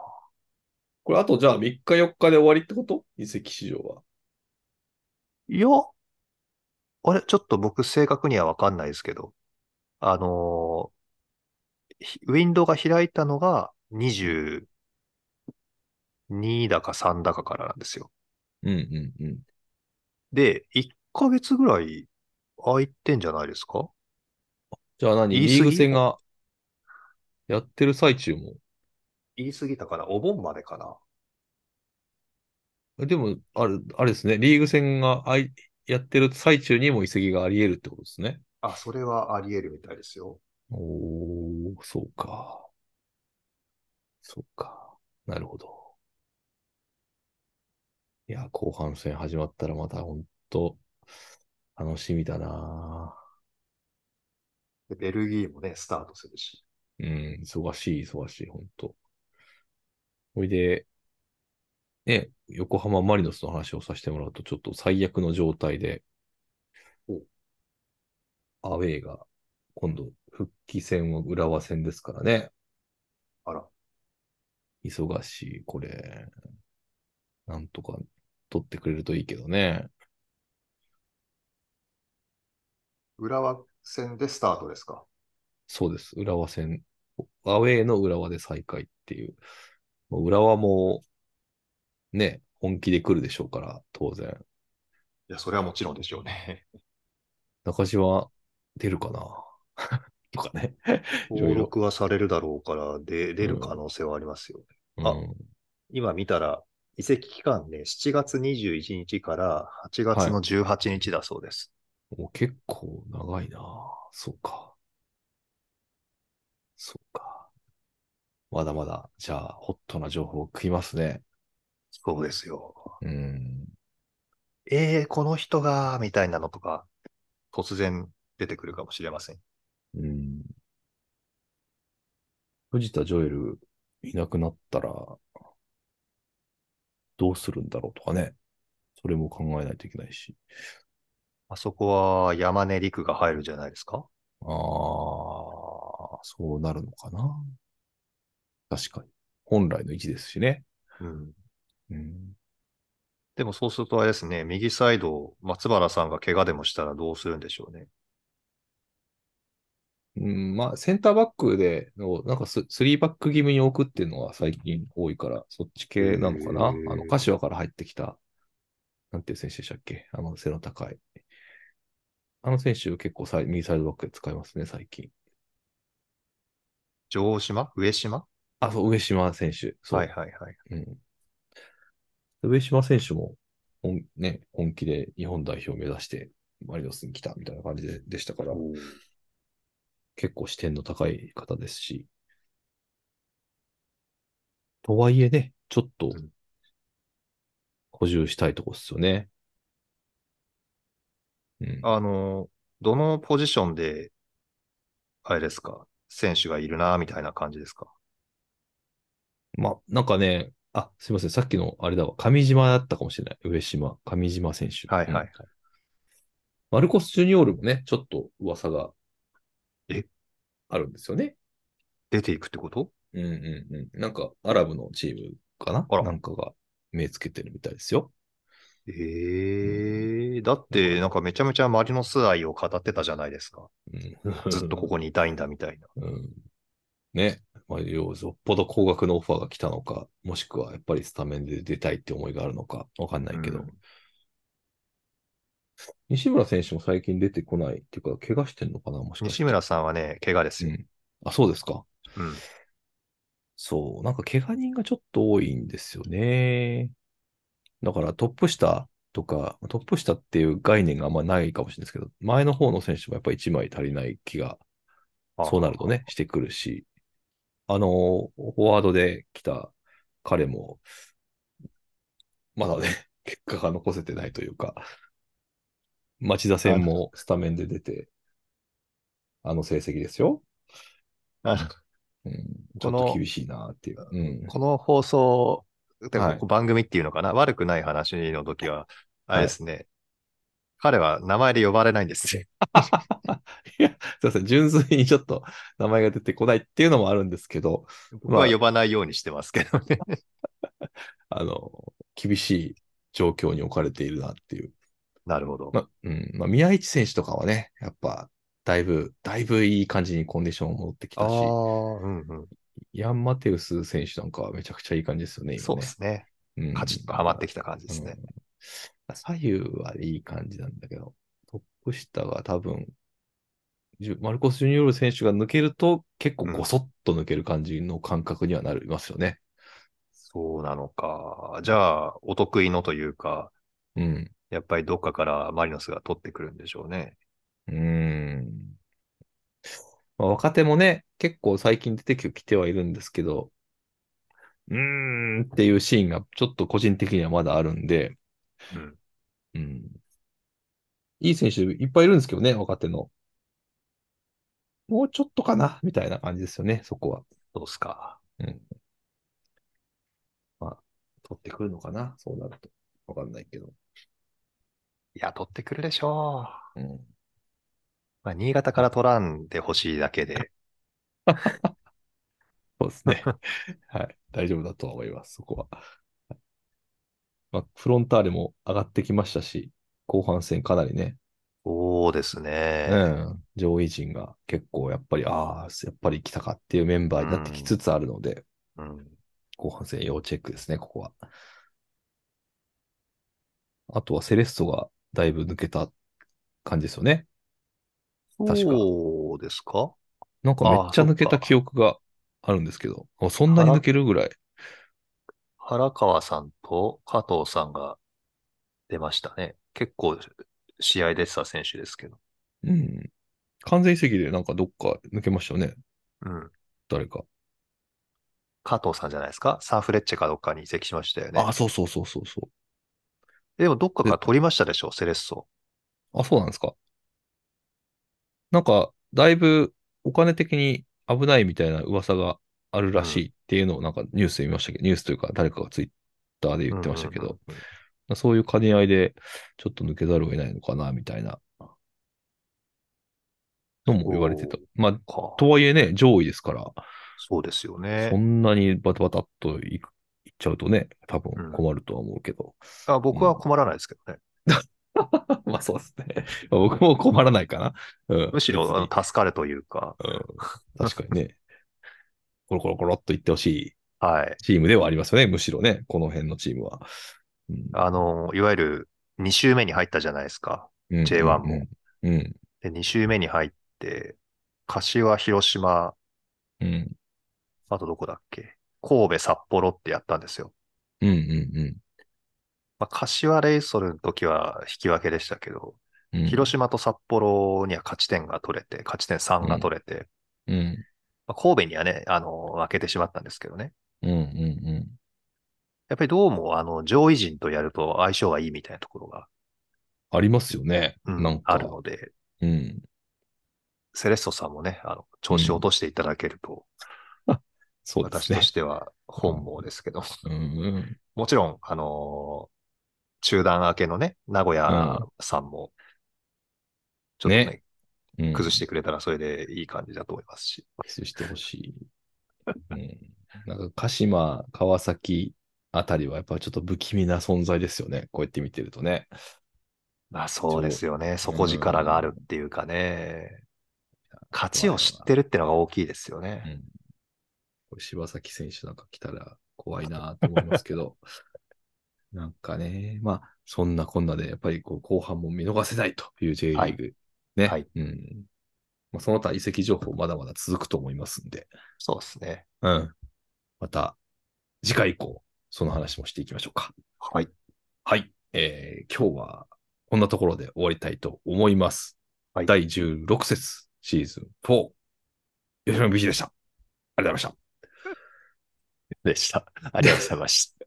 Speaker 1: これ、あとじゃあ3日4日で終わりってこと移籍市場は。
Speaker 2: いや、あれ、ちょっと僕正確にはわかんないですけど、あのーひウィンドウが開いたのが22だか3だかからなんですよ。
Speaker 1: うんうんうん。
Speaker 2: で、1ヶ月ぐらい空いてんじゃないですか
Speaker 1: じゃあ何
Speaker 2: 言い過ぎ
Speaker 1: リーグ戦がやってる最中も。
Speaker 2: 言い過ぎたかなお盆までかな
Speaker 1: でも、あれ、あれですね、リーグ戦があいやってる最中にも移籍があり得るってことですね。
Speaker 2: あ、それはあり得るみたいですよ。
Speaker 1: おー、そうか。そうか。なるほど。いや、後半戦始まったらまた本当楽しみだな
Speaker 2: でベルギーもね、スタートするし。
Speaker 1: うん、忙しい、忙しい、ほんと。ほいで、ね、横浜マリノスの話をさせてもらうと、ちょっと最悪の状態で、アウェイが、今度、復帰戦は浦和戦ですからね。
Speaker 2: あら。
Speaker 1: 忙しい、これ。なんとか取ってくれるといいけどね。
Speaker 2: 浦和戦でスタートですか
Speaker 1: そうです。浦和戦。アウェーの浦和で再開っていう。もう浦和も、ね、本気で来るでしょうから、当然。
Speaker 2: いや、それはもちろんでしょう ね。
Speaker 1: 中島出るかな とかね。いろいろ
Speaker 2: 登録はされるだろうから、で、出
Speaker 1: うん
Speaker 2: る可能性はありますよね。
Speaker 1: あ、
Speaker 2: あ今見たら、移籍期間ね、7月21日から8月の18日だそうです。
Speaker 1: もう結構長いな。そうか。そうか。まだまだ、じゃあ、ホットな情報を食いますね。
Speaker 2: そうですよ。
Speaker 1: うん。
Speaker 2: えー、この人が、みたいなのとか、突然出てくるかもしれません。
Speaker 1: うん。藤田ジョエルいなくなったら、どうするんだろうとかね。それも考えないといけないし。
Speaker 2: あそこは山根陸が入るじゃないですか
Speaker 1: ああ、そうなるのかな。確かに。本来の位置ですしね。
Speaker 2: うん。
Speaker 1: うん。
Speaker 2: でもそうするとあれですね、右サイド、松原さんが怪我でもしたらどうするんでしょうね。
Speaker 1: うん、まあ、センターバックでの、なんかススリーバック気味に置くっていうのは最近多いから、そっち系なのかな。
Speaker 2: へー
Speaker 1: あの、柏から入ってきた、なんていう選手でしたっけあの、背の高い。あの選手結構さい右サイドバックで使いますね、最近。
Speaker 2: 城島上島
Speaker 1: あ、そう、上島選手。そう。
Speaker 2: はいはいはい。
Speaker 1: うん、上島選手も本,、ね、本気で日本代表を目指してマリノスに来たみたいな感じででしたから、結構視点の高い方ですし。とはいえね、ちょっと
Speaker 2: うん
Speaker 1: 補充したいとこっすよね。うん、
Speaker 2: あの、どのポジションで、あれですか、選手がいるな、みたいな感じですか。
Speaker 1: まあ、なんかね、あ、すいません、さっきのあれだわ、上島だったかもしれない。上島、上島選手。
Speaker 2: はいはいはい
Speaker 1: うんマルコス・ジュニオールもね、ちょっと噂が
Speaker 2: え
Speaker 1: あるんですよね。
Speaker 2: 出ていくってこと
Speaker 1: うんうんうん。なんか、アラブのチームかな
Speaker 2: あら
Speaker 1: なんかが目つけてるみたいですよ。
Speaker 2: ええだって、なんかめちゃめちゃマリノス愛を語ってたじゃないですか。
Speaker 1: うん
Speaker 2: ずっとここにいたいんだみたいな。
Speaker 1: うんね、まあ、よよっぽど高額のオファーが来たのか、もしくはやっぱりスタメンで出たいって思いがあるのか、わかんないけど、
Speaker 2: うん
Speaker 1: 西村選手も最近出てこないっていうか、怪我してんのかな、もしかして
Speaker 2: 西村さんはね、怪我ですよ。
Speaker 1: うん。あ、そうですか。
Speaker 2: うん。
Speaker 1: そう。なんか怪我人がちょっと多いんですよね。だからトップ下とか、トップ下っていう概念があんまないかもしれないですけど、前の方の選手もやっぱり1枚足りない気が、
Speaker 2: あ
Speaker 1: そうなると ね、してくるし、あの、フォワードで来た彼も、まだね、 結果が残せてないというか、町田戦もスタメンで出て、あの成績ですよ。
Speaker 2: あ
Speaker 1: うん、ちょ
Speaker 2: こ
Speaker 1: っ
Speaker 2: の
Speaker 1: と厳しいなっていう。うん、
Speaker 2: この放送、で
Speaker 1: は
Speaker 2: も
Speaker 1: い
Speaker 2: こう番組っていうのかな、悪くない話の時は、あれですね、彼は名前で呼ばれないんですね。
Speaker 1: い や、すいません。純粋にちょっと名前が出てこないっていうのもあるんですけど、
Speaker 2: 僕は呼ばないようにしてますけどね。
Speaker 1: あの、厳しい状況に置かれているなっていう。
Speaker 2: なるほど。
Speaker 1: ま、うん。まあ、宮市選手とかはね、やっぱ、だいぶ、だいぶいい感じにコンディション戻ってきたし、
Speaker 2: ーうんうん。
Speaker 1: ヤン・マテウス選手なんかはめちゃくちゃいい感じですよね、今ね。
Speaker 2: そうですね。
Speaker 1: うん。
Speaker 2: カチッとはまってきた感じですね。
Speaker 1: うん左右はいい感じなんだけど、トップ下が多分、ジュマルコス・ジュニオール選手が抜けると、結構ごそっと抜ける感じの感覚にはなりますよね。
Speaker 2: そうなのか。じゃあ、お得意のというか、
Speaker 1: うん。
Speaker 2: やっぱりどっかからマリノスが取ってくるんでしょうね。
Speaker 1: うーん。まあ、若手もね、結構最近出てきてはいるんですけど、うーんっていうシーンがちょっと個人的にはまだあるんで、
Speaker 2: うん。
Speaker 1: うん。いい選手いっぱいいるんですけどね、若手の。もうちょっとかな、みたいな感じですよね、そこは。
Speaker 2: どうすか。
Speaker 1: 取ってくるのかな、そうなると。わかんないけど。
Speaker 2: いや、取ってくるでしょう。
Speaker 1: うん。
Speaker 2: まあ、新潟から取らんでほしいだけで。
Speaker 1: そうですね。はい。大丈夫だとは思います、そこは。まあ、フロンターレも上がってきましたし、後半戦かなりね、
Speaker 2: そうです
Speaker 1: う
Speaker 2: ね。
Speaker 1: ん、上位陣が結構やっぱり、ああ、やっぱり来たかっていうメンバーになってきつつあるので、
Speaker 2: うん。
Speaker 1: 後半戦要チェックですね、ここは。あとはセレッソがだいぶ抜けた感じですよね。確か
Speaker 2: そうですか
Speaker 1: なんかめっちゃ
Speaker 2: あー
Speaker 1: 抜け
Speaker 2: そ
Speaker 1: た
Speaker 2: っか
Speaker 1: 記憶があるんですけど、あそんなに抜けるぐらい。
Speaker 2: 原川さんと加藤さんが出ましたね。結構試合出てた選手ですけど。
Speaker 1: うん。完全移籍でなんかどっか抜けましたよね、
Speaker 2: うん。
Speaker 1: 誰か。
Speaker 2: 加藤さんじゃないですかサンフレッチェかどっかに移籍しましたよね。
Speaker 1: あ、そうそうそうそうそ
Speaker 2: でもどっかから取りましたでしょセレッソ。
Speaker 1: う。あ、そうなんですか。なんか、だいぶお金的に危ないみたいな噂があるらしいっていうのをなんかニュースで見ましたけど、ニュースというか誰かがツイッターで言ってましたけど、
Speaker 2: うんうんうん
Speaker 1: そういう兼ね合いでちょっと抜けざるを得ないのかなみたいなのも言われてた
Speaker 2: おー。
Speaker 1: まあ、
Speaker 2: か
Speaker 1: とはいえね、上位ですから、
Speaker 2: そうですよ
Speaker 1: そ
Speaker 2: ね。
Speaker 1: んなにバタバタっといくいっちゃうとね、多
Speaker 2: う
Speaker 1: 分
Speaker 2: ん
Speaker 1: 困るとは思うけど。
Speaker 2: あ僕は困らないですけどね。
Speaker 1: まあそうですね。まあ僕も困らないかな。うん、
Speaker 2: むしろあ
Speaker 1: 別に
Speaker 2: の助かるというか、
Speaker 1: うん、確かにね。コロコロコロっと言ってほし
Speaker 2: はい。
Speaker 1: いチームではありますよね。むしろね、この辺のチームは。うん
Speaker 2: あの、いわゆる2周目に入ったじゃないですか。J1 も。
Speaker 1: うんうん
Speaker 2: で、2周目に入って、柏、広島、
Speaker 1: うん。うん。
Speaker 2: あとどこだっけ神戸、札幌ってやったんですよ。
Speaker 1: うん。うん。
Speaker 2: まあ、柏レイソルの時は引き分けでしたけど、
Speaker 1: うん。
Speaker 2: 広島と札幌には勝ち点が取れて、勝ち点3が取れて、
Speaker 1: うん。
Speaker 2: まあ、神戸にはね、あの、負けてしまったんですけどね。
Speaker 1: うん。うん。うん。
Speaker 2: やっぱりどうも、あの、上位陣とやると相性がいいみたいなところが、
Speaker 1: ありますよね。
Speaker 2: うん
Speaker 1: なんか。
Speaker 2: あるので、
Speaker 1: うん。
Speaker 2: セレッソさんもね、あの、調子を落としていただけると、
Speaker 1: そうで
Speaker 2: 私
Speaker 1: すね
Speaker 2: と。しては本望ですけど、
Speaker 1: うんうん。
Speaker 2: もちろん、あのー中断明けのね、名古屋さんも、ちょっとね、
Speaker 1: ねうん、
Speaker 2: 崩しててくれたらそれでいい感じだと思いますし。
Speaker 1: 崩してほしい。うん。なんか、鹿島、川崎あたりはやっぱちょっと不気味な存在ですよね。こうやって見てるとね。
Speaker 2: まあそうですよね。底力があるっていうかね、勝ちを知ってるってのが大きいですよ
Speaker 1: う
Speaker 2: ね。
Speaker 1: んこれ柴崎選手なんか来たら怖いなと思いますけど、 なんかね、まあ、そんなこんなで、やっぱりこう後半も見逃せないという J リ
Speaker 2: は
Speaker 1: ー
Speaker 2: い
Speaker 1: グ。ね。
Speaker 2: はい
Speaker 1: うんまあ、その他移籍情報まだまだ続くと思いますんで、
Speaker 2: そうですね。
Speaker 1: うん。また次回以降、その話もしていきましょうか。
Speaker 2: はい。
Speaker 1: はい。えー今日はこんなところで終わりたいと思います。
Speaker 2: はい
Speaker 1: 第16節シーズン4。吉野美希でした。ありがとうございました。
Speaker 2: でした。ありがとうございました。